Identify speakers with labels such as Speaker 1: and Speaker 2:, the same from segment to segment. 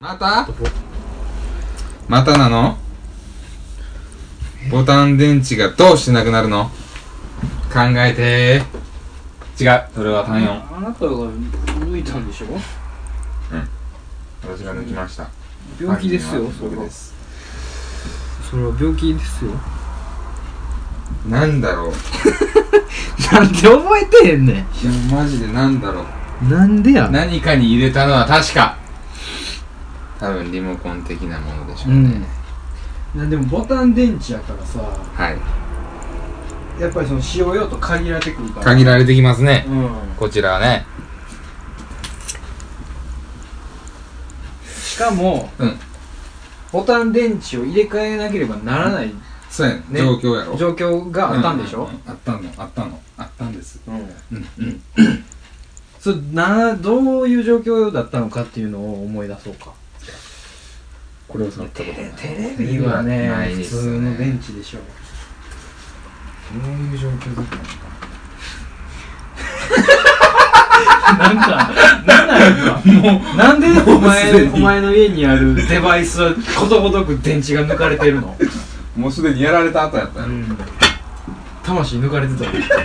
Speaker 1: またまたなのボタン電池がどうしてなくなるの考えてー違うそれは単4
Speaker 2: あなたが抜いたんでしょ
Speaker 1: 私が抜きました
Speaker 2: 病気ですよ
Speaker 1: 犯人
Speaker 2: そ
Speaker 1: は
Speaker 2: れ
Speaker 1: 僕
Speaker 2: は
Speaker 1: です
Speaker 2: それは病気ですよ
Speaker 1: なんだろう
Speaker 2: なんで覚えてへんね
Speaker 1: いやマジでなんだろうん
Speaker 2: なんでや
Speaker 1: 何かに入れたのは確か多分リモコン的なものでしょ
Speaker 2: う
Speaker 1: うね、
Speaker 2: んいやでもボタン電池やからさ
Speaker 1: はい
Speaker 2: やっぱりその使用用途限られてくるから
Speaker 1: 限られてきますね
Speaker 2: うん
Speaker 1: こちらはね
Speaker 2: しかも、
Speaker 1: うん
Speaker 2: ボタン電池を入れ替えなければならない
Speaker 1: そうやね
Speaker 2: ね
Speaker 1: 状況やろ
Speaker 2: 状況があったんでしょ、
Speaker 1: うううあったのあったのあったんです
Speaker 2: うん
Speaker 1: うんうん
Speaker 2: それなどういう状況だったのかっていうのを思い出そうか
Speaker 1: これを触ったことない
Speaker 2: テ
Speaker 1: レビはねないですね
Speaker 2: 普通の電池でしょ
Speaker 1: どういう状況だったのか
Speaker 2: なんか、なんなんやもう、 なんでお前、お前の家にあるデバイスはことごとく電池が抜かれてるの
Speaker 1: もうすでにやられた後やったよ、
Speaker 2: ん。魂抜かれてたぞ。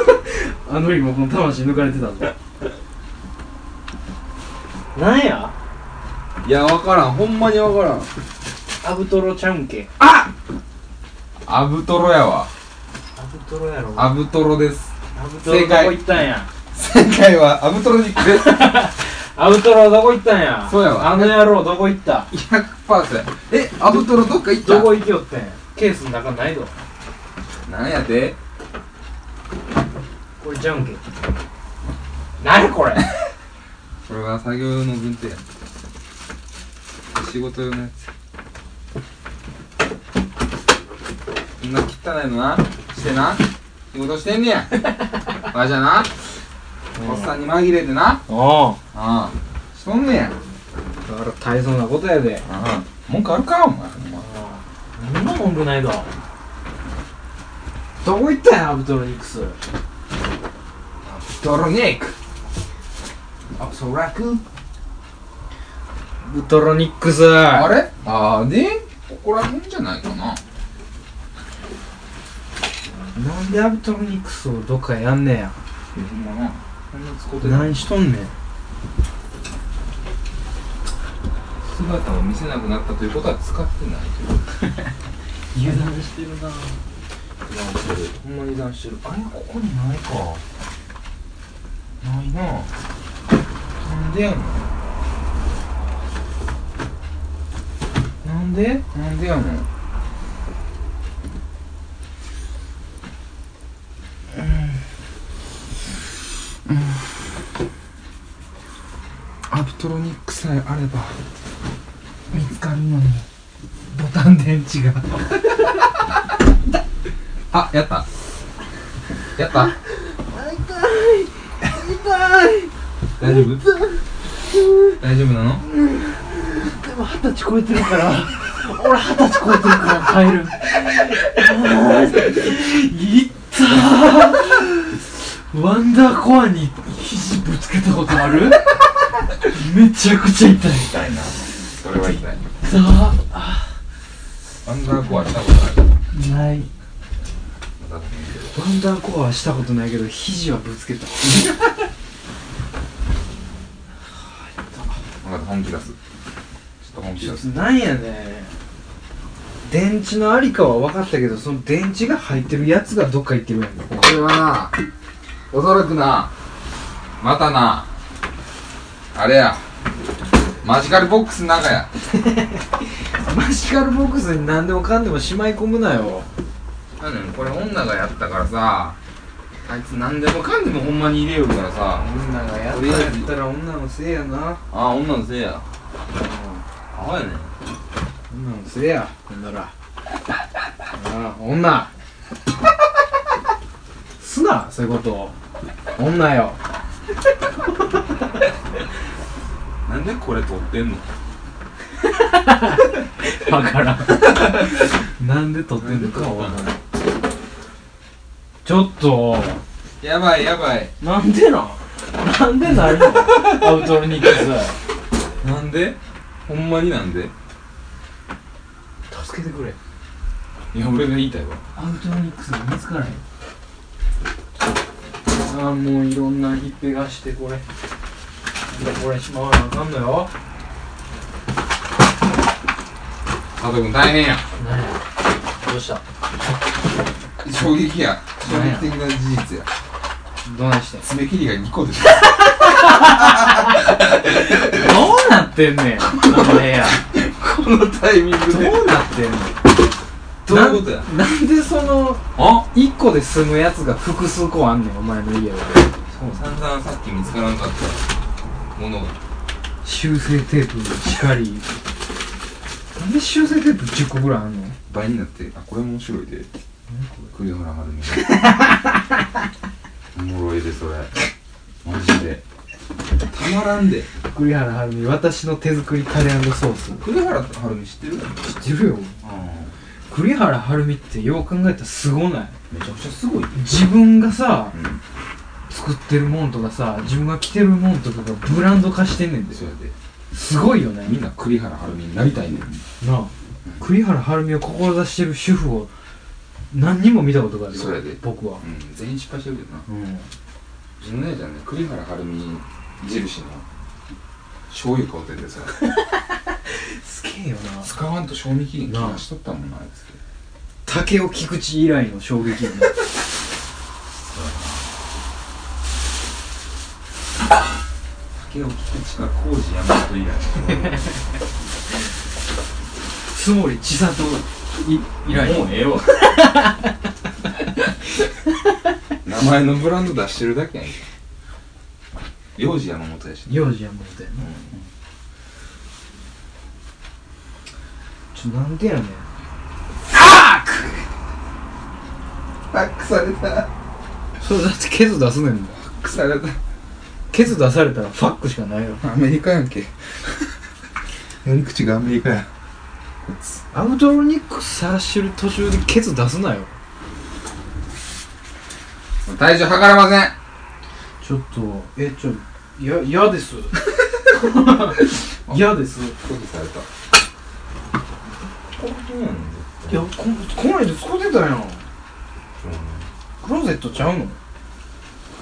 Speaker 2: あのリモコン魂抜かれてたぞ。なんや
Speaker 1: いや分からんほんまに分からん
Speaker 2: アブトロちゃうんけ。
Speaker 1: アブトロやわ
Speaker 2: アブトロやろ。ア
Speaker 1: アブトロです
Speaker 2: ブトロどこ行ったんや。
Speaker 1: 正解はアブトロニックです
Speaker 2: アブトロどこ行ったんや。
Speaker 1: そうやわ
Speaker 2: あの野郎どこ行った
Speaker 1: 100%やえアブトロどっか行った
Speaker 2: どこ行きよったんや。ケースの中ないぞ。
Speaker 1: なんやて
Speaker 2: これじゃうんけ。なにこれ
Speaker 1: これは作業用の軍手や仕事用のやつこんな汚いのなしてな仕事してんね やわしゃなおっさんに紛れてな
Speaker 2: おう
Speaker 1: ああしとんねや
Speaker 2: だから大層なことやで
Speaker 1: ああ文句あるかお前ほんま
Speaker 2: 何も文句ないだどこ行ったんやアブトロニクス
Speaker 1: ドロニックあそらく
Speaker 2: アブトロニックス
Speaker 1: あ
Speaker 2: あ
Speaker 1: れあーでここら辺じゃないかな
Speaker 2: なんでアブトロニクスをどっかやんねや
Speaker 1: ほんまなこんな使ってない
Speaker 2: 何しとんねん
Speaker 1: 姿を見せなくなったということは使ってないという
Speaker 2: 油断してるな
Speaker 1: 油断してるほんま油断してるあれここにないかないななんでやのなんでなんでやのアブトロニックさえあれば見つかるのにボタン電池があやったやった痛い痛い大丈夫大丈夫なの
Speaker 2: でも二十歳超えてるから 俺二十歳超えてるから帰るいったーワンダーコアに肘ぶつけたことあるめちゃくちゃ痛い
Speaker 1: 痛いなそれは痛い
Speaker 2: さあ
Speaker 1: アンダーコアしたことある
Speaker 2: ない
Speaker 1: だって
Speaker 2: ワンダーコアはしたことないけど肘はぶつけた
Speaker 1: 分かった本気出すちょっと本気
Speaker 2: ちょ
Speaker 1: 出
Speaker 2: っ
Speaker 1: す
Speaker 2: となんやね電池のありかは分かったけどその電池が入ってるやつがどっか行ってるやん
Speaker 1: これはなおそらくなまたなあれやマジカルボックスの中や
Speaker 2: マジカルボックスに何でもかんでもしまい込むなよ
Speaker 1: なんだよこれ女がやったからさあいつ何でもかんでもほんまに入れよるからさ
Speaker 2: 女がやったら女のせいやな
Speaker 1: ああ女のせいやああやね
Speaker 2: 女のせいやほんならああ女すなそういうこと女よ
Speaker 1: なんでこれ撮ってんの
Speaker 2: わからんなんで撮ってんのかわからんちょっと
Speaker 1: やばいやばい
Speaker 2: なんでなんなんでないのアウトロニックス
Speaker 1: なんでほんまになんで
Speaker 2: 助けてくれ
Speaker 1: いや俺が言いたいわ
Speaker 2: アウトロニックスが見つからへんああもういろんなひっぺがしてこれこれしまわなあかんのよ
Speaker 1: 佐藤君大変や
Speaker 2: 何やどうした
Speaker 1: 衝撃や衝撃的な事実や
Speaker 2: どうなんしてん
Speaker 1: 爪切りが2個でしょ
Speaker 2: どうなってんねんこの部屋
Speaker 1: このタイミングで
Speaker 2: どうなってんの
Speaker 1: どういうことや
Speaker 2: ななんでその
Speaker 1: あ
Speaker 2: 一個で住むやつが複数個あんねんお前の家は
Speaker 1: しかも散々さっき見つからなかったものが
Speaker 2: 修正テープしかりなんで修正テープ10個ぐらいあんの
Speaker 1: 倍になってあこれ面白いで栗原はる みおもろいでそれマジでたまらんで
Speaker 2: 栗原はるみ私の手作りカレーソース
Speaker 1: 栗原はるみ知ってるうん
Speaker 2: 知ってるよ栗原はるみってよう考えたらすごない
Speaker 1: めちゃくちゃすごい
Speaker 2: 自分がさ
Speaker 1: うん
Speaker 2: 作ってるもんとかさ自分が着てるもんとかがブランド化してんねんで
Speaker 1: そうやです
Speaker 2: ごいよね
Speaker 1: みんな栗原はるみになりたいねん
Speaker 2: なあ栗原はるみを志してる主婦を何人も見たことがあるよ
Speaker 1: そうやで
Speaker 2: 僕は
Speaker 1: うん全員失敗してるけどな
Speaker 2: うん
Speaker 1: うちの姉ちゃんね栗原はるみ印の醤油買うててさ
Speaker 2: すげえよな
Speaker 1: 使わんと賞味期限切らしとったもんなあいつ
Speaker 2: 竹尾菊池以来の衝撃よね
Speaker 1: 竹を切って地下工事山本以来
Speaker 2: 津森千里い以来
Speaker 1: もうええわ名前のブランド出してるだけやんけ幼児山本やし
Speaker 2: 幼児山本やなちょなんでやねん
Speaker 1: バックされたバ
Speaker 2: それだってケツ出すねんもん
Speaker 1: ックされた
Speaker 2: ケツ出されたらファックしかないよ
Speaker 1: アメリカやんけやり口がアメリカやこいつ
Speaker 2: アウトロニックス探してる途中でケツ出すなよ
Speaker 1: 体重測れません
Speaker 2: ちょっとえちょや嫌です 嫌です
Speaker 1: 拒否された本当なんだ
Speaker 2: いやここないで使ってたやんクローゼットちゃうの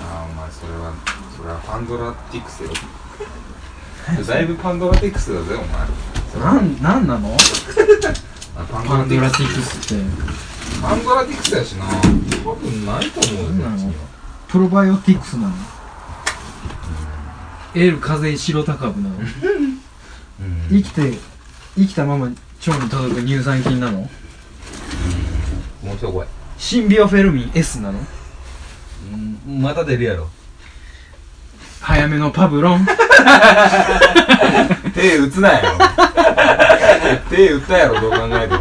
Speaker 1: ああお前それはそれはパンドラティクスよ だいぶパンドラティクスだぜお前
Speaker 2: なんなんなの
Speaker 1: あパ
Speaker 2: パンドラティ
Speaker 1: ク
Speaker 2: クスって
Speaker 1: スパンドラティクスやしな多分ないと思うよ
Speaker 2: そうな
Speaker 1: こっ
Speaker 2: の
Speaker 1: ちには
Speaker 2: プロバイオティクスなのエール風邪白高部なの
Speaker 1: うん
Speaker 2: 生きて生きたまま腸に届く乳酸菌なの
Speaker 1: もうちょい来い
Speaker 2: シンビオフェルミン S なの
Speaker 1: うんまた出るやろ
Speaker 2: 早めのパブロン
Speaker 1: 手打つな よ手打ったやろどう考えても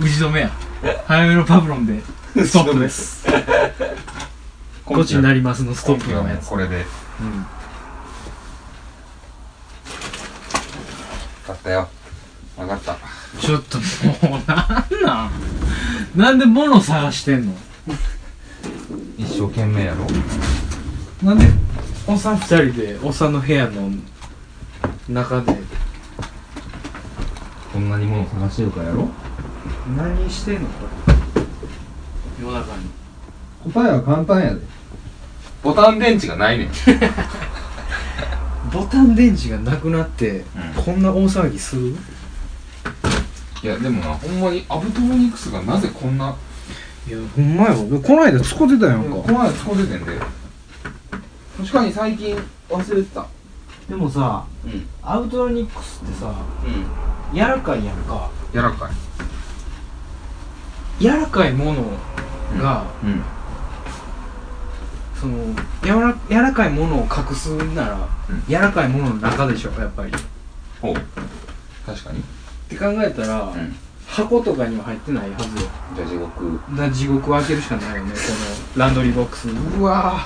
Speaker 2: 打ち止めや早めのパブロンでストップですゴチになりますのストップのやつ
Speaker 1: これで
Speaker 2: うん
Speaker 1: 買ったよ分かった
Speaker 2: ちょっともうなんなんなんで物探してんの
Speaker 1: 一生懸命やろ
Speaker 2: なんでおっさん2人でおっさんの部屋の中で
Speaker 1: こんなにもの探してるからやろ
Speaker 2: 何してんのこれ夜中に
Speaker 1: 答えは簡単やでボタン電池がないねん
Speaker 2: ボタン電池がなくなって、
Speaker 1: う
Speaker 2: こんな大騒ぎする
Speaker 1: いやでもなほんまにアブトロニクスがなぜこんない
Speaker 2: やほんまやわこの間使ってたや
Speaker 1: この前使うててんで確かに最近忘れてた
Speaker 2: でもさ
Speaker 1: うんうん
Speaker 2: アウトロニックスってさ柔らかいやんか
Speaker 1: 柔らかい
Speaker 2: 柔らかいものが、
Speaker 1: うん
Speaker 2: その柔ら柔らかいものを隠すなら、
Speaker 1: うん
Speaker 2: 柔らかいものの中でしょやっぱりっ
Speaker 1: ほう確かに
Speaker 2: て考えたら、
Speaker 1: ん
Speaker 2: 箱とかには入ってないはずよ
Speaker 1: じゃあ地獄
Speaker 2: だから地獄を開けるしかないよねこのランドリーボックスうわ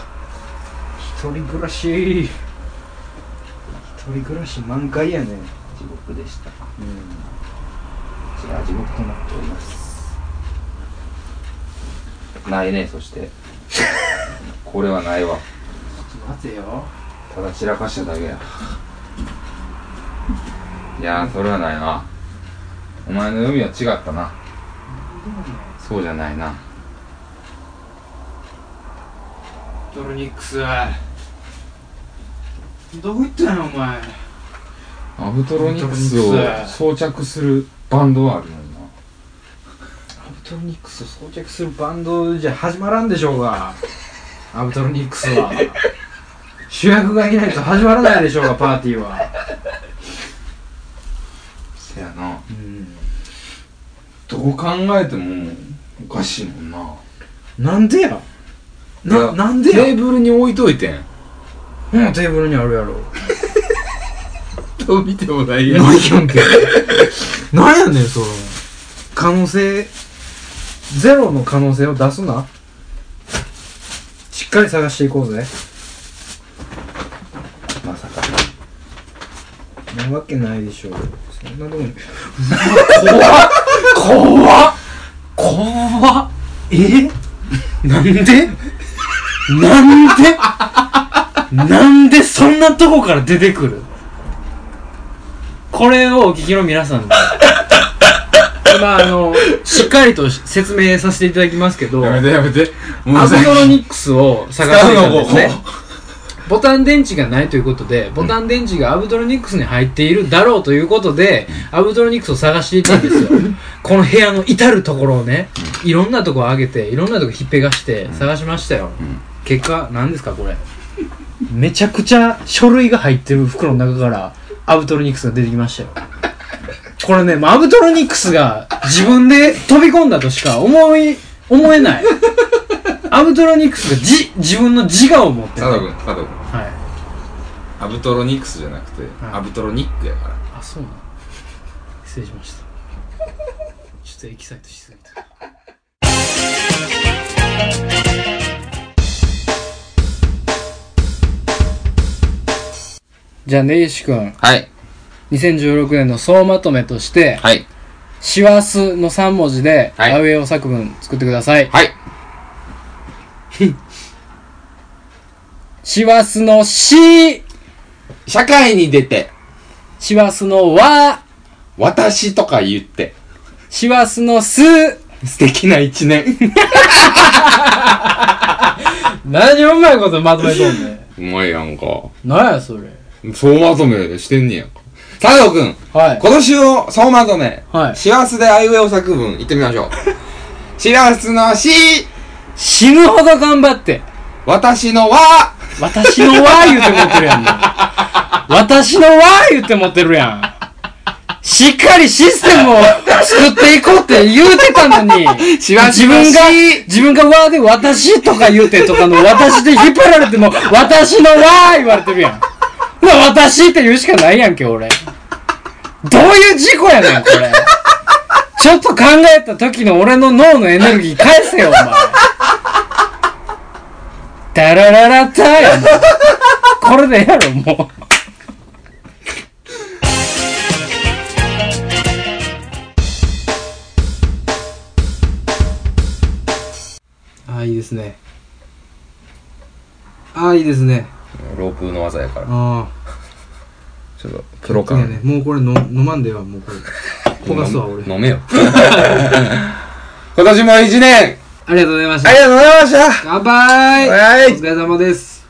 Speaker 2: ー一人暮らし一人暮らし満開やね
Speaker 1: 地獄でした
Speaker 2: うん
Speaker 1: じゃあ地獄となっておりますないねそして これはないわ
Speaker 2: ちょっと待てよ
Speaker 1: ただ散らかしただけやいやーそれはないなお前の海は違ったなそうじゃないな
Speaker 3: ドルニックスどこ行ったんやお前
Speaker 1: アブトロニクス
Speaker 3: アブト
Speaker 1: を
Speaker 3: ロニクス
Speaker 1: 装着するバンドはあるのにな
Speaker 3: アブトロニックスを装着するバンドじゃ始まらんでしょうが アブトロニックスは主役がいないと始まらないでしょうがパーティーは
Speaker 1: せやな
Speaker 3: うん
Speaker 1: どう考えてもおかしいもんな
Speaker 3: なんでや
Speaker 1: いや
Speaker 3: ななんで
Speaker 1: テー
Speaker 3: や
Speaker 1: ブルに置いといてん
Speaker 3: うんテーブルにあるやろ
Speaker 1: どう見てもないん
Speaker 3: 何や んけ何やねんその可能性ゼロの可能性を出すなしっかり探していこうぜ
Speaker 1: まさか
Speaker 3: なわけないでしょうそんなとこに
Speaker 1: 怖っ怖っ
Speaker 3: え
Speaker 1: なんで
Speaker 3: なんでなんでそんなとこから出てくる
Speaker 2: これをお聞きの皆さんに今あのしっかりと説明させていただきますけど
Speaker 1: やめてやめても
Speaker 2: ア
Speaker 1: う
Speaker 2: ブ
Speaker 1: さ
Speaker 2: トロニックスを探していたんです
Speaker 1: 使
Speaker 2: ね
Speaker 1: うのこ
Speaker 2: ボタン電池がないということでボタン電池がアブトロニックスに入っているだろうということでアブトロニックスを探していたんです よこの部屋の至るところをねいろんなとこを上げていろんなとこひっぺがして探しましたよ、
Speaker 1: ん
Speaker 2: 結果何ですかこれめちゃくちゃ書類が入ってる袋の中からアブトロニックスが出てきましたよこれね、もうアブトロニックスが自分で飛び込んだとしか思い、思え ない。アブトロニックスがじ、自分の自我を持ってる。
Speaker 1: 佐
Speaker 2: は
Speaker 1: 藤
Speaker 2: い。
Speaker 1: 君佐藤君アブトロニクスじゃなくて、
Speaker 2: はい
Speaker 1: アブトロニックやから
Speaker 2: あ、そうなの失礼しました。ちょっとエキサイトしすぎた。じゃあ、根岸くん、
Speaker 1: はい
Speaker 2: 2016年の総まとめとして、
Speaker 1: はい
Speaker 2: 師走の3文字で、
Speaker 1: はい
Speaker 2: アウェイを作文作ってください。
Speaker 1: はい
Speaker 2: 師走のし、
Speaker 1: 社会に出て
Speaker 2: 師走のわ、
Speaker 1: 私とか言って
Speaker 2: 師走のす。
Speaker 1: 素敵な一年
Speaker 2: 何うまいことまとめとんね
Speaker 1: うまいやんか
Speaker 2: ん。何やそれ。
Speaker 1: 総まとめしてんねやんか佐藤君
Speaker 2: はい。
Speaker 1: 今年の総まとめ
Speaker 2: はい。
Speaker 1: 幸せであいうえお作文いってみましょう 幸せのし
Speaker 2: 死ぬほど頑張って。
Speaker 1: 私のは
Speaker 2: 私のわ言うて持ってるやんもう。私のわ言うて持ってるやん。しっかりシステムを作っていこうって言うてたのに、
Speaker 1: しわ
Speaker 2: 自
Speaker 1: しわ
Speaker 2: 分
Speaker 1: し
Speaker 2: が、自分がわで私とか言うてとかの私で引っ張られても、私のわ言われてるやん。ほな私って言うしかないやんけ、俺。どういう事故やねん、これ。ちょっと考えた時の俺の脳のエネルギー返せよ、お前。ダラララタや もうこれでええやろ、もう。ああ、いいですね。ああ、いいですね。
Speaker 1: ロープの技やから
Speaker 2: あ
Speaker 1: ちょっとプロ
Speaker 2: あ。そうやね。もうこれ飲飲まんでは、もうこれ。焦がすわ、俺。
Speaker 1: 飲めよ 今年も一年
Speaker 2: ありがとうございまし
Speaker 1: ありが
Speaker 2: た。
Speaker 1: とうございました
Speaker 2: 乾杯
Speaker 1: はい
Speaker 2: お疲れ様です。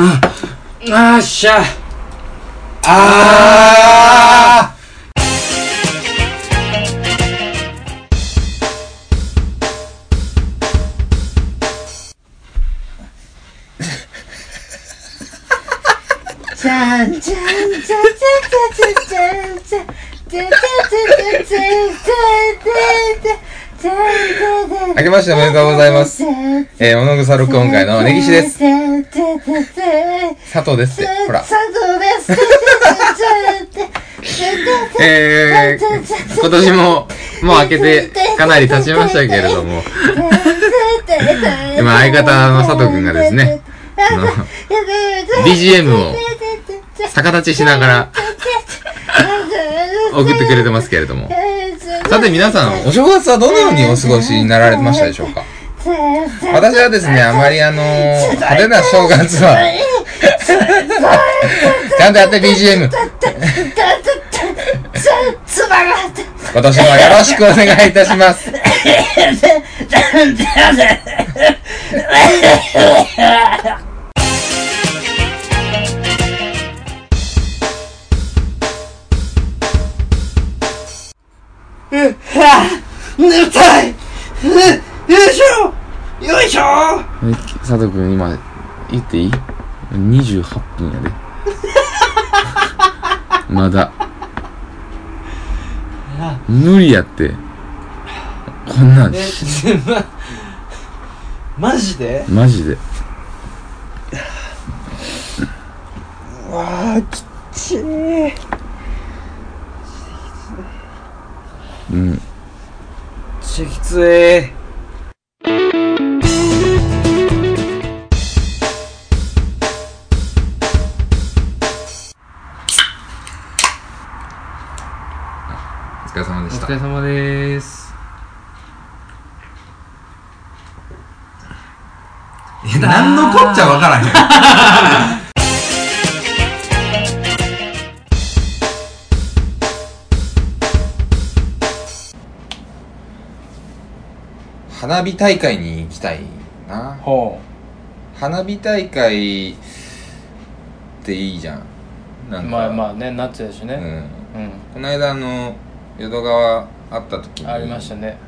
Speaker 2: あ、あーっしゃ。
Speaker 1: あ ー
Speaker 4: あ
Speaker 1: 明けましておめでとうございます。えー、小野草録音
Speaker 4: 今
Speaker 1: 会
Speaker 4: 回
Speaker 1: の
Speaker 4: の
Speaker 1: 根
Speaker 4: 根
Speaker 1: 岸
Speaker 4: 岸
Speaker 1: で
Speaker 4: ですす。
Speaker 1: 佐藤ですってほら
Speaker 4: 佐藤です。
Speaker 1: えー、今年ももう明けてかなり経ちましたけれども
Speaker 4: 今相方の佐藤君がですね、あの BGM を
Speaker 1: 逆立ちしながら送
Speaker 4: 送
Speaker 1: っ
Speaker 4: って
Speaker 1: て
Speaker 4: く
Speaker 1: くれ
Speaker 4: れ
Speaker 1: て
Speaker 4: てま
Speaker 1: ますすけれども
Speaker 4: さ
Speaker 1: さ
Speaker 4: て
Speaker 1: て
Speaker 4: 皆
Speaker 1: 皆
Speaker 4: さ
Speaker 1: さ
Speaker 4: ん
Speaker 1: んお正月はどのようにお過ごしになられましたでしょうか
Speaker 4: 「
Speaker 5: 私
Speaker 4: 私はですね、あまりあのー、派手な正月は、ちゃんとやって BGM、
Speaker 5: つまらん
Speaker 4: 今年もよろしくお願いいたします。
Speaker 2: 眠たいよいしょよ いしょ
Speaker 4: 佐藤君今、言っていい ?28 分やで。まだ。無理やって。こんなん、
Speaker 2: マジで
Speaker 4: マジで。
Speaker 2: わあきちい
Speaker 4: うん。
Speaker 2: ちきつい
Speaker 1: お疲れ様で
Speaker 6: お
Speaker 1: した
Speaker 6: 疲れ様でーす
Speaker 1: いや 何のこっちゃわからへん 花火大会に行きたいな
Speaker 2: ほ
Speaker 1: 花火大会っていいじゃんな
Speaker 2: うん
Speaker 1: か
Speaker 2: まあまあね夏やし
Speaker 1: う
Speaker 2: ね
Speaker 1: ん
Speaker 2: うん、
Speaker 1: この間あの淀川会った時に
Speaker 2: ありましたね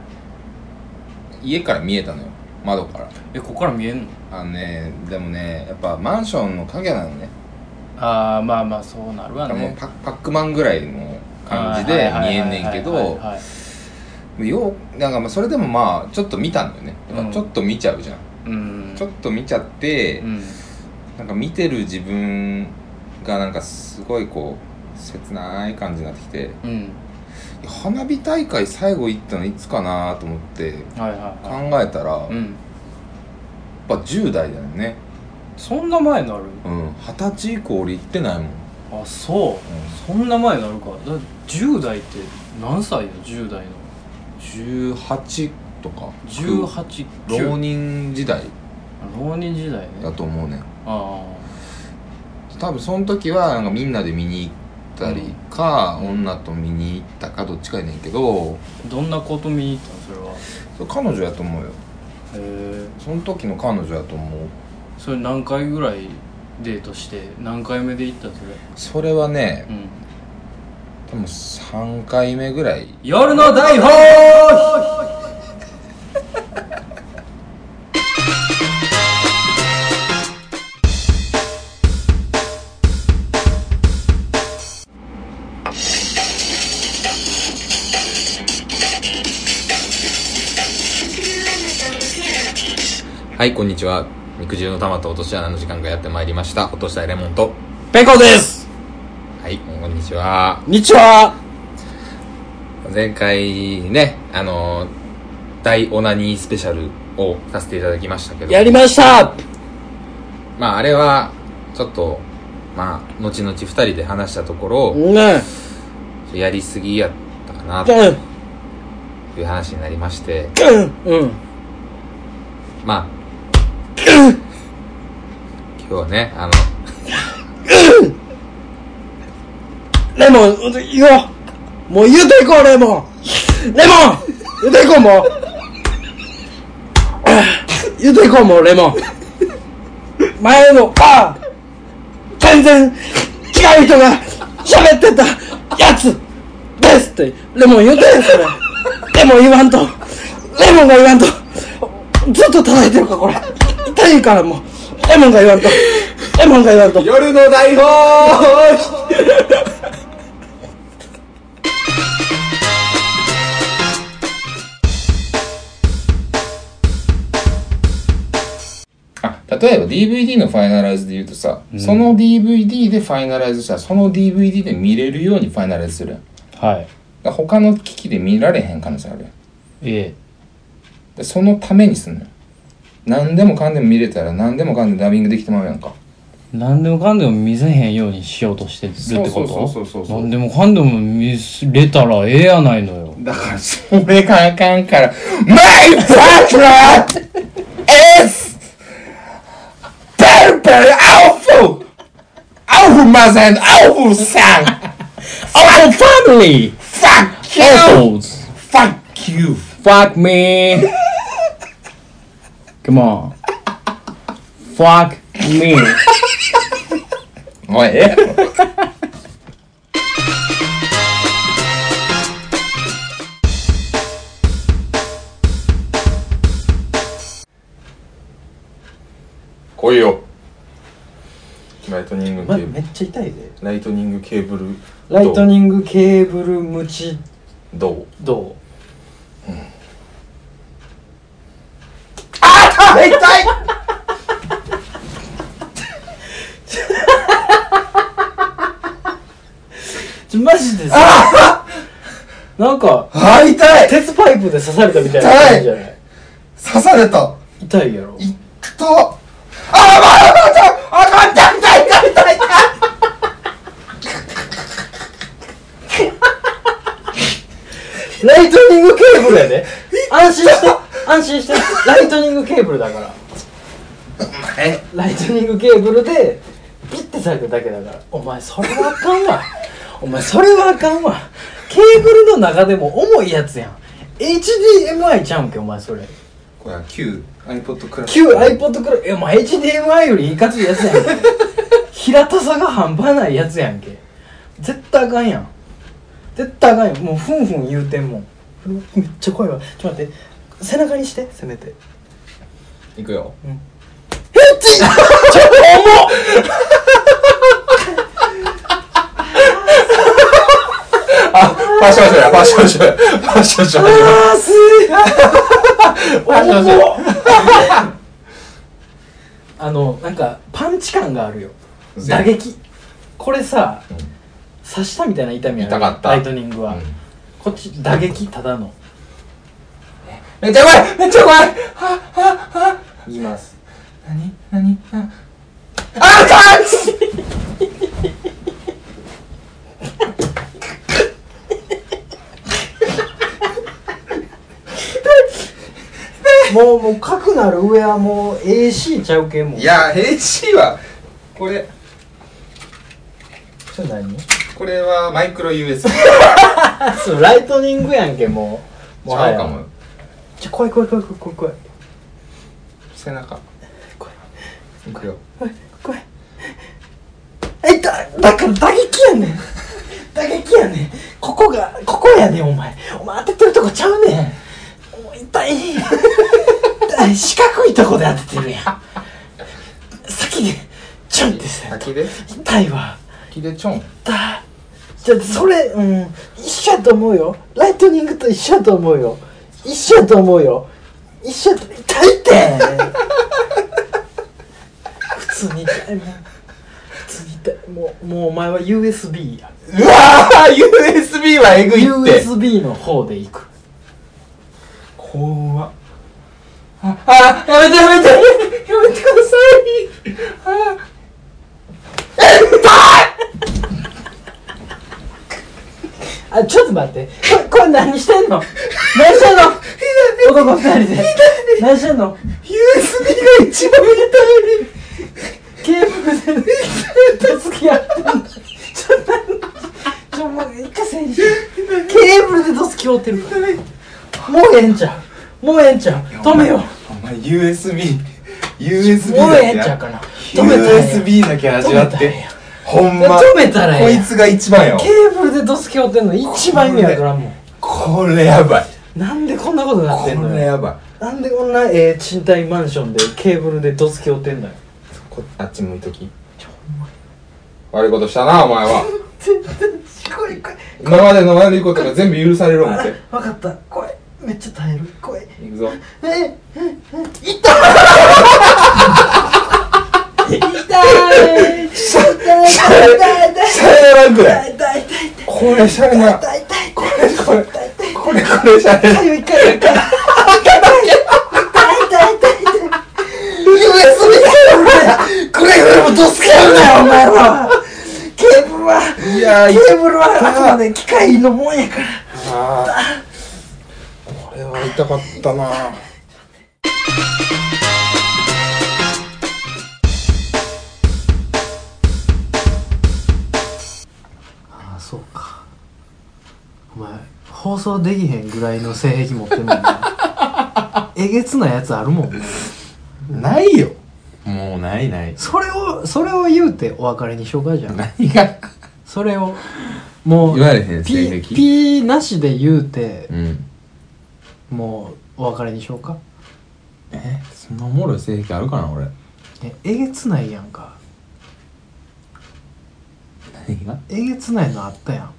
Speaker 1: 家から見えたのよ窓から
Speaker 2: えここから見えんの
Speaker 1: あのねでもねやっぱマンションの影なのね
Speaker 2: ああまあまあそうなるわ
Speaker 1: もう
Speaker 2: ね
Speaker 1: パパックマンぐらいの感じで見えんねんけ
Speaker 2: はいはいはい
Speaker 1: ど
Speaker 2: はいはい
Speaker 1: ようなんかまあそれでもまあちょっと見たんだよねやっ
Speaker 2: うん
Speaker 1: ぱちょっと見ちゃうじゃん、
Speaker 2: うん
Speaker 1: ちょっと見ちゃって、
Speaker 2: うん
Speaker 1: なんか見てる自分がなんかすごいこう切ない感じになってきて
Speaker 2: うん
Speaker 1: いや花火大会最後行ったのいつかなと思って
Speaker 2: はいはい
Speaker 1: 考
Speaker 2: は
Speaker 1: えたら、
Speaker 2: い
Speaker 1: やっ
Speaker 2: うん
Speaker 1: ぱ10代だよね
Speaker 2: そんな前なる
Speaker 1: うん二十歳以降俺行ってないもん
Speaker 2: あそう、そんな前なるかだ10代って何歳よ10代の
Speaker 1: 18とか
Speaker 2: 18
Speaker 1: 浪
Speaker 2: 浪
Speaker 1: 人時代
Speaker 2: 人時代ね
Speaker 1: だと思うね
Speaker 2: あ
Speaker 1: 多分その時はなんかみんなで見に行ったりか、女と見に行ったかどっちかやねんけど
Speaker 2: あどんなこと見に行ったのそれは
Speaker 1: それ彼女やと思うよ
Speaker 2: へえ
Speaker 1: その時の彼女やと思う
Speaker 2: それ何回ぐらいデートして何回目で行ったそれ
Speaker 1: それはね
Speaker 2: うん
Speaker 1: 多分3回目ぐらい
Speaker 2: 夜の大砲
Speaker 1: はいこんにちは肉汁の玉と落とし穴の時間がやってまいりました落としたいレモンと
Speaker 2: ペコです
Speaker 1: はいこんにちは
Speaker 2: にちは
Speaker 1: 前回ねあの大オナニースペシャルをさせていただきましたけど
Speaker 2: ました
Speaker 1: まああれはちょっとまあ後々2人で話したところ、
Speaker 2: ね
Speaker 1: やりすぎやったかなと
Speaker 2: うん
Speaker 1: いう話になりまして
Speaker 2: うん
Speaker 1: まあ今日はねあの
Speaker 2: レモンいこうもう言うていこうレモンレモン言うていこうもう言うていこうもうレモン前のあ全然違う人が喋ってたやつですってレモン言うてそれレモン言わんとレモンが言わんとずっと叩いてるかこれ痛いからもうレモンが言わんとレモンが言わんと
Speaker 1: 夜の大砲例えば DVD のファイナライズで言うとさ、その DVD でファイナライズしたらその DVD で見れるようにファイナライズするやんだか
Speaker 2: はい
Speaker 1: ら他の機器で見られへん可能性あるやん
Speaker 2: え
Speaker 1: でそのためにすんのよ何でもかんでも見れたら何でもかんでもダビングできてまうやんか
Speaker 2: 何でもかんでも見せへんようにしようとしてるってこと
Speaker 1: そうそうそうそうそう
Speaker 2: 何でもかんでも見せれたらええやないのよ
Speaker 1: だからそれがあかんから「マイバッラー!」
Speaker 7: very awful! Awful mother and awful son!
Speaker 8: Our family!
Speaker 7: Fuck you!
Speaker 8: Assholes!
Speaker 7: Fuck you!
Speaker 8: Fuck me! Come on. Fuck me!
Speaker 7: おい、ええやろ
Speaker 1: 来いよライトニングケ
Speaker 8: ま、
Speaker 1: ーブ
Speaker 8: め
Speaker 1: ル
Speaker 8: っちゃ痛いで。
Speaker 1: ライトニングケーブル
Speaker 8: ライトニングケーブルムチ
Speaker 1: どう
Speaker 8: どうちょ、マジでさ、なんか、
Speaker 7: あ、痛い
Speaker 8: 鉄パイプで刺されたみたいな感じじゃない
Speaker 7: 刺された
Speaker 8: 痛いやろ
Speaker 7: いくとああ、またあ、また痛い痛い痛い痛い
Speaker 8: ライトニングケーブルやで安心して安心してライトニングケーブルだから
Speaker 7: え
Speaker 8: ライトニングケーブルでピッてされただけだからお前それはあかんわお前それはあかんわケーブルの中でも重いやつやん HDMI ちゃうんけお前それ
Speaker 1: これは旧 iPod クラス
Speaker 8: 旧 iPod くらいえお前 HDMI よりいかついやつやんけ平たさが半端ないやつやんけ絶対あかんやん絶対あかんやんもうふんふん言うてんもんうわめっちゃ怖いわちょっと待って背中にしてせめて
Speaker 1: いくよ
Speaker 7: パッションショーや、パッションショーや、パッションショーや。
Speaker 8: あーすーあのなんかパンチ感があるよ打撃これさ、刺したみたいな痛みある
Speaker 1: 痛かった
Speaker 8: ライトニングは、
Speaker 1: うん
Speaker 8: こっち打撃ただの
Speaker 7: めっちゃ怖いめっちゃ怖い
Speaker 8: 言います
Speaker 7: あ、痛い
Speaker 8: もうもうかくなる上はもう AC ちゃうけもう
Speaker 1: いや HC はこれ
Speaker 8: それ何
Speaker 1: これはマイクロ USB
Speaker 8: あそれライトニングやんけもう
Speaker 1: ちゃうかも
Speaker 8: ちょ怖い怖い怖い怖い怖い怖い
Speaker 1: 背中
Speaker 8: 怖い
Speaker 1: いくよ
Speaker 8: 怖いえだだから打撃やねん打撃やねんここがここやねんお前お前当ててるとこちゃうねんもう痛い痛い四角いとこで当ててるやん先でチュンってさ
Speaker 1: 先で
Speaker 8: 痛いわ
Speaker 1: 先でちょん
Speaker 8: だじゃあそれうん一緒やと思うよライトニングと一緒やと思うよ一緒やと思うよ一緒やと痛いって 普通に痛いもん普通に痛いもうもうお前は USB や
Speaker 7: うわぁ !USB はえぐいって。
Speaker 8: USB の方で行く
Speaker 1: 怖っ
Speaker 7: あ、やめてやめてやめてください
Speaker 8: あちょっと待ってこれこれ何してんの何してんの男二人で何してんの
Speaker 7: !USB が一番痛い
Speaker 8: ケーブル で手つき合ってんのちょっと何ちょもう一回整理してケーブルでどつき合ってるからもうええんちゃうもうええんちゃう止めよう
Speaker 7: お前 USB、USB
Speaker 8: もうええんちゃう
Speaker 7: だ
Speaker 8: かな
Speaker 7: け、
Speaker 8: 止めたらええ
Speaker 7: USB だけ
Speaker 8: やん
Speaker 7: 味わった
Speaker 8: 止めらええ
Speaker 7: て。
Speaker 8: やん
Speaker 7: ほんま、
Speaker 8: 止めたらえ
Speaker 7: こ
Speaker 8: え
Speaker 7: い
Speaker 8: やん
Speaker 7: つが一番よ。
Speaker 8: ケーブルでどつき合ってんの一番意味わからんもん
Speaker 7: これやばい。
Speaker 8: なんでこんなことになっ
Speaker 7: こ
Speaker 8: てんの
Speaker 7: れ
Speaker 8: よ
Speaker 7: やばい。
Speaker 8: なんでこんなええ賃貸マンションでケーブルでどつき合ってんのよ
Speaker 1: こあっち向いとき悪いことしたなお前は
Speaker 8: 全然怖い怖い
Speaker 1: 今までの悪いことが全部許される思 って
Speaker 8: 分かった怖いめっちゃ耐える怖い
Speaker 1: いくぞ
Speaker 8: えええ痛い痛い
Speaker 7: シャレランクだよ。
Speaker 8: 痛い痛い
Speaker 1: これシャレなこれこれこれこれシャレな
Speaker 7: USB だよ、これこれもドスケやるなよ、お前ら
Speaker 8: ケーブルはい
Speaker 1: やーい
Speaker 8: ケーブルはあくまで機械のもんやから
Speaker 1: あーこれは痛かったな
Speaker 8: 放送できへんぐらいの性癖持ってんもんな えげつなやつあるもんね
Speaker 1: ないよもうないない
Speaker 8: それをそれを言うてお別れにしようかじゃん
Speaker 1: 何が
Speaker 8: それをもう
Speaker 1: 言われへん性
Speaker 8: P,
Speaker 1: 癖
Speaker 8: P なしで言うて
Speaker 1: うん
Speaker 8: もうお別れにしようか
Speaker 1: えそんなおもろい性癖あるかな俺
Speaker 8: ええげつないやんか
Speaker 1: 何が
Speaker 8: えげつないのあったやん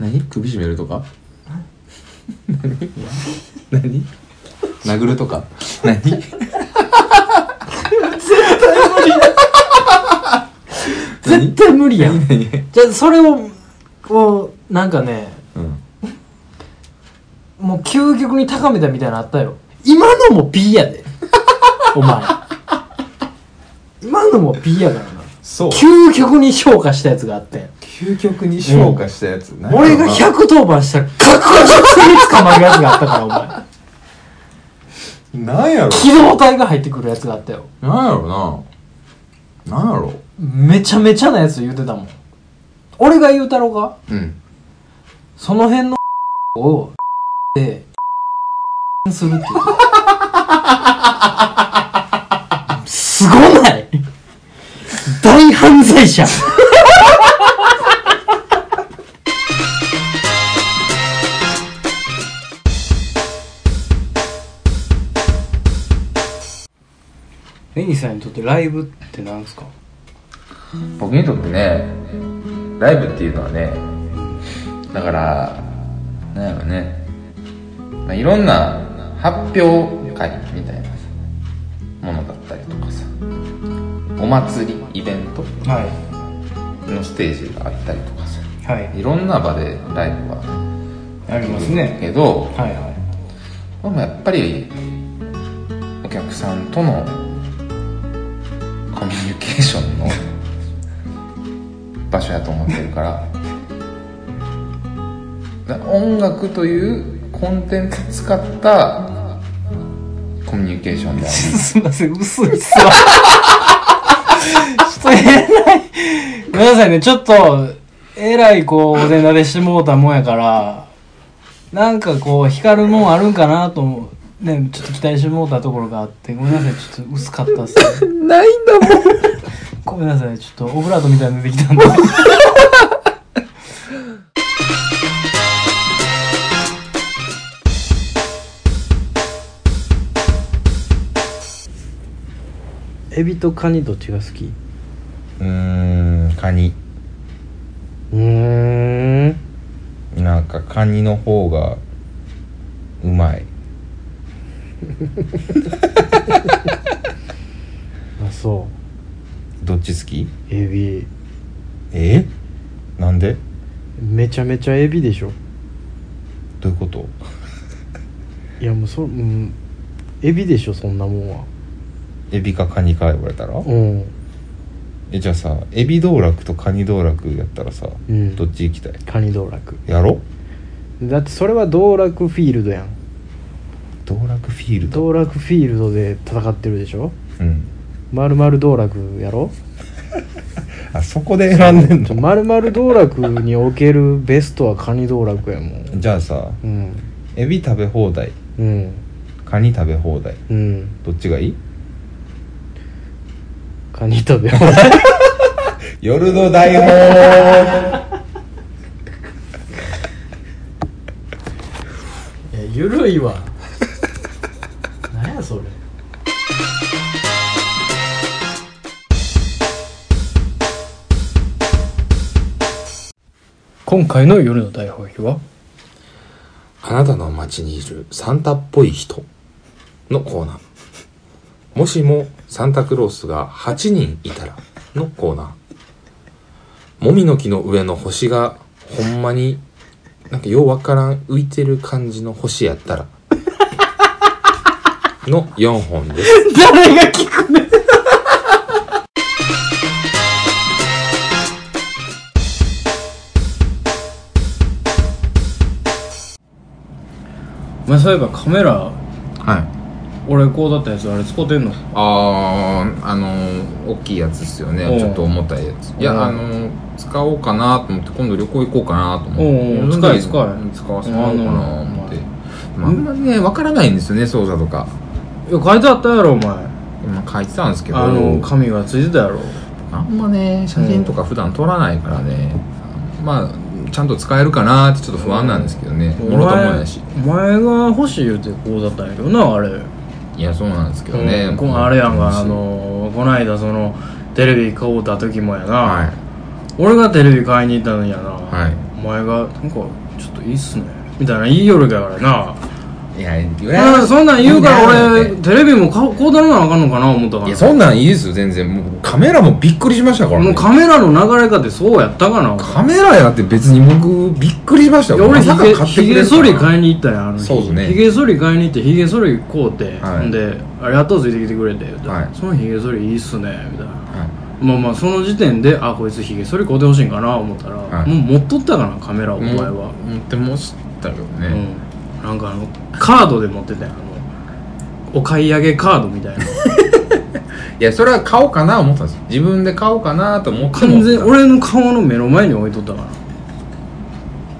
Speaker 1: 何首絞めるとか何何殴るとか何
Speaker 8: 絶対無理やん
Speaker 1: 何
Speaker 8: じゃあそれをこうなんかね
Speaker 1: うん
Speaker 8: もう究極に高めたみたいなのあったよ今のも P や でお前今のも P やからな
Speaker 1: そう
Speaker 8: 究極に昇華したやつがあってん
Speaker 1: 究極に
Speaker 8: 昇
Speaker 1: 華したやつ、何
Speaker 8: 俺が110番したら確実に捕まるやつがあったからお前
Speaker 1: なんやろ
Speaker 8: 機動隊が入ってくるやつがあったよ
Speaker 1: なんやろななんやろ
Speaker 8: めちゃめちゃなやつ言うてたもん俺が言うたろうか
Speaker 1: うん
Speaker 8: その辺のをでするっていうすごない大犯罪者レニーさんにとってライブってなんですか
Speaker 1: 僕にとってねライブっていうのはねだからなんやろね、まあ、いろんな発表会みたいなさものだったりとかさお祭りイベント
Speaker 8: は
Speaker 1: のステージがあったりとかさ
Speaker 8: いはい
Speaker 1: いろんな場でライブは
Speaker 8: ありますね
Speaker 1: けど、
Speaker 8: はいはい
Speaker 1: でもやっぱりお客さんとのコミュニケーションの場所やと思ってるからだ音楽というコンテンツ使ったコミュニケーションであ
Speaker 8: すみません、嘘ですわ。ちょっとえらい。ごめんなさいね、ちょっと、えらいこう、お膳立てしてもうたもんやから、なんかこう、光るもんあるんかなと思う。ね、ちょっと期待してもうたところがあって、ごめんなさい、ちょっと薄かったっすね。 ないんだもん。ごめんなさい、ちょっとオブラートみたいなの出てきたんで。エビとカニどっちが好き
Speaker 1: るうんカニ
Speaker 8: うーん。
Speaker 1: なんかカニの方がうまい
Speaker 8: あ、そ
Speaker 1: どっち好き
Speaker 8: う。エビ。
Speaker 1: えなんで
Speaker 8: めちゃめちゃエビでしょ。
Speaker 1: どういうこと
Speaker 8: いやもうそうんエビでしょそんなもんは
Speaker 1: エビかカニか言われたら
Speaker 8: うん
Speaker 1: えじゃあさエビ道楽とカニ道楽やったらさ、
Speaker 8: うん
Speaker 1: どっち行きたい
Speaker 8: カニ道楽
Speaker 1: やろ
Speaker 8: だってそれは道楽フィールドやん
Speaker 1: 道楽フィールド
Speaker 8: 道楽フィールドで戦ってるでしょ
Speaker 1: うん
Speaker 8: まるまる道楽やろ
Speaker 1: あそこで選んでんの
Speaker 8: まるまる道楽におけるベストはカニ道楽やもん
Speaker 1: じゃあさ
Speaker 8: うん
Speaker 1: エビ食べ放題
Speaker 8: うん
Speaker 1: カニ食べ放題
Speaker 8: うん
Speaker 1: どっちがいい
Speaker 8: カニ食べ放題
Speaker 1: 夜の大砲
Speaker 8: いやゆるいわ 何やそれ今回の夜の大放棄は
Speaker 9: あなたの街にいるサンタっぽい人のコーナー。もしもサンタクロースが8人いたらのコーナー。もみの木の上の星がほんまになんかようわからん浮いてる感じの星やったらの4本です。
Speaker 8: 誰が聞くね
Speaker 10: お前そういえばカメラ
Speaker 1: は
Speaker 8: これこうだったやつあれ使ってんの
Speaker 1: あーあの大きいやつですよね
Speaker 8: うん
Speaker 1: ちょっと重たいやつい
Speaker 8: うん
Speaker 1: やあの使おうかなと思って今度旅行行こうかなと
Speaker 8: うんう
Speaker 1: 思
Speaker 8: ん
Speaker 1: って
Speaker 8: 使え
Speaker 1: そ
Speaker 8: 使
Speaker 1: の時
Speaker 8: え
Speaker 1: に使わせてもらおうかなと思って
Speaker 8: うん
Speaker 1: まああんまりね分からないんですよね操作とか
Speaker 8: いや書いてあったやろお前
Speaker 1: 今書いてたんですけど
Speaker 8: あの紙がついてたやろ
Speaker 1: あんまね写真とか普段撮らないからねまあちゃんと使えるかなってちょっと不安なんですけどね
Speaker 8: お
Speaker 1: もろともやし
Speaker 8: お前が欲しい言うてこうだったんやけどなあれ
Speaker 1: いやそうなんですけどね
Speaker 8: うんこあれやんかあのこないだそのテレビ買おうた時もやな、
Speaker 1: はい
Speaker 8: 俺がテレビ買いに行ったのにやな、
Speaker 1: は
Speaker 8: お前がなんかちょっといいっすねみたいな言いよるからな、
Speaker 1: いいや言
Speaker 8: うんそんなん言うから
Speaker 1: い
Speaker 8: 俺テレビも買うこうだろなあかんのかな思ったから
Speaker 1: いやそんなんいいですよ全然もうカメラもびっくりしましたから、
Speaker 8: もう
Speaker 1: ね、
Speaker 8: カメラの流れかってそうやったかな
Speaker 1: カメラやって別に僕びっくりしました
Speaker 8: い
Speaker 1: よ
Speaker 8: や俺
Speaker 1: まさか買っ
Speaker 8: ひげ
Speaker 1: てく
Speaker 8: ひ
Speaker 1: れ
Speaker 8: げ
Speaker 1: ると
Speaker 8: 剃
Speaker 1: は
Speaker 8: り買いに行ったんやあの日
Speaker 1: そうですね
Speaker 8: ひげ剃り買いに行ってひげ剃り買うて、
Speaker 1: はい
Speaker 8: ほんで「ありがとうついてきてくれて」言うて
Speaker 1: はい
Speaker 8: そのひげ剃りいいっすね」みたいな、まあまあその時点であこいつひげ剃り買うてほしいんかな思ったら、
Speaker 1: はい
Speaker 8: もう持っとったかなカメラお前
Speaker 1: も
Speaker 8: は、
Speaker 1: う持ってましたけどね、
Speaker 8: うん、なんかあのカードで持ってたやんあのお買い上げカードみたいな
Speaker 1: いやそれは買おうかな思ったんです自分で買おうかなと思っても
Speaker 8: 完全俺の顔の目の前に置いとったから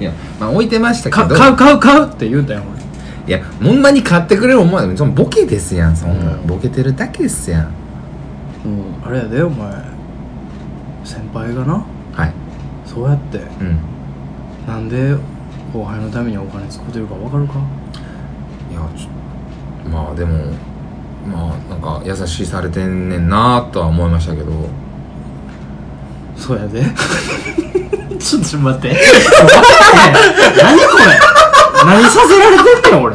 Speaker 1: いやまあ置いてましたけ
Speaker 8: か
Speaker 1: ど
Speaker 8: 買う買う買うって言うたやん俺
Speaker 1: いやほんまに買ってくれる思わないそのボケですやんそんな、
Speaker 8: うん
Speaker 1: ボケてるだけですやん
Speaker 8: うん、あれやでお前先輩がな
Speaker 1: はい
Speaker 8: そうやって
Speaker 1: うん
Speaker 8: なんで後輩のためにお金使ってるか分かるか
Speaker 1: いやちょまあでもまあなんか優しいされてんねんなとは思いましたけど
Speaker 8: そうや でちょっと待って待って何これ何させられてんねん俺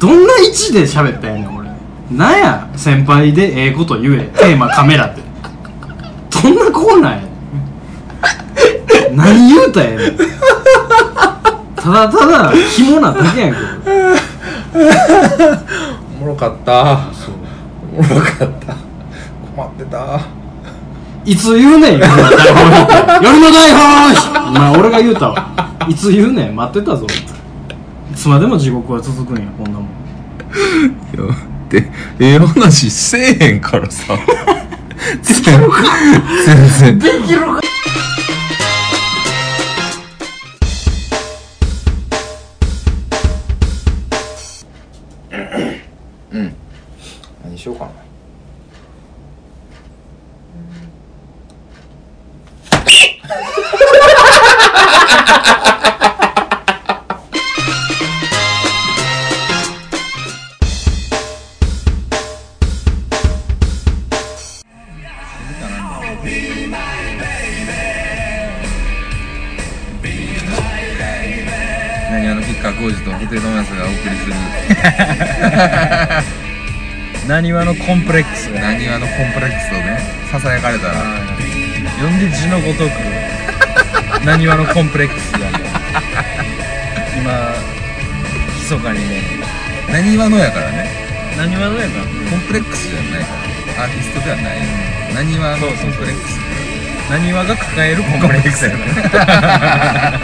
Speaker 8: どんな位置で喋ったんやねん俺なんや先輩でええこと言えテーマカメラってどんなコーナーやねん何言うたんやねんただただ肝なだけやんけど
Speaker 1: おもろかったおもろかった困ってた
Speaker 8: いつ言うね ん、夜の台本。夜の台本まあ俺が言うたわ。いつ言うねん、待ってたぞ。いつまでも地獄は続くんや、こんなもん。
Speaker 1: いやでええ話せえへんからさ全然できるかうん何しようかな何あの吉川浩司と布袋寅泰がお送りする
Speaker 8: なにわのコンプレックス。
Speaker 1: なにわのコンプレックスをねささやかれたら
Speaker 8: 呼んで字のごとく、なにわのコンプレックスだね。今、密かにね、
Speaker 1: なにわのやからね
Speaker 8: なにわのやか
Speaker 1: コンプレックスじゃないからアーティストではないなにわのコンプレックス
Speaker 8: ら、なにわが抱えるコンプレックスやから。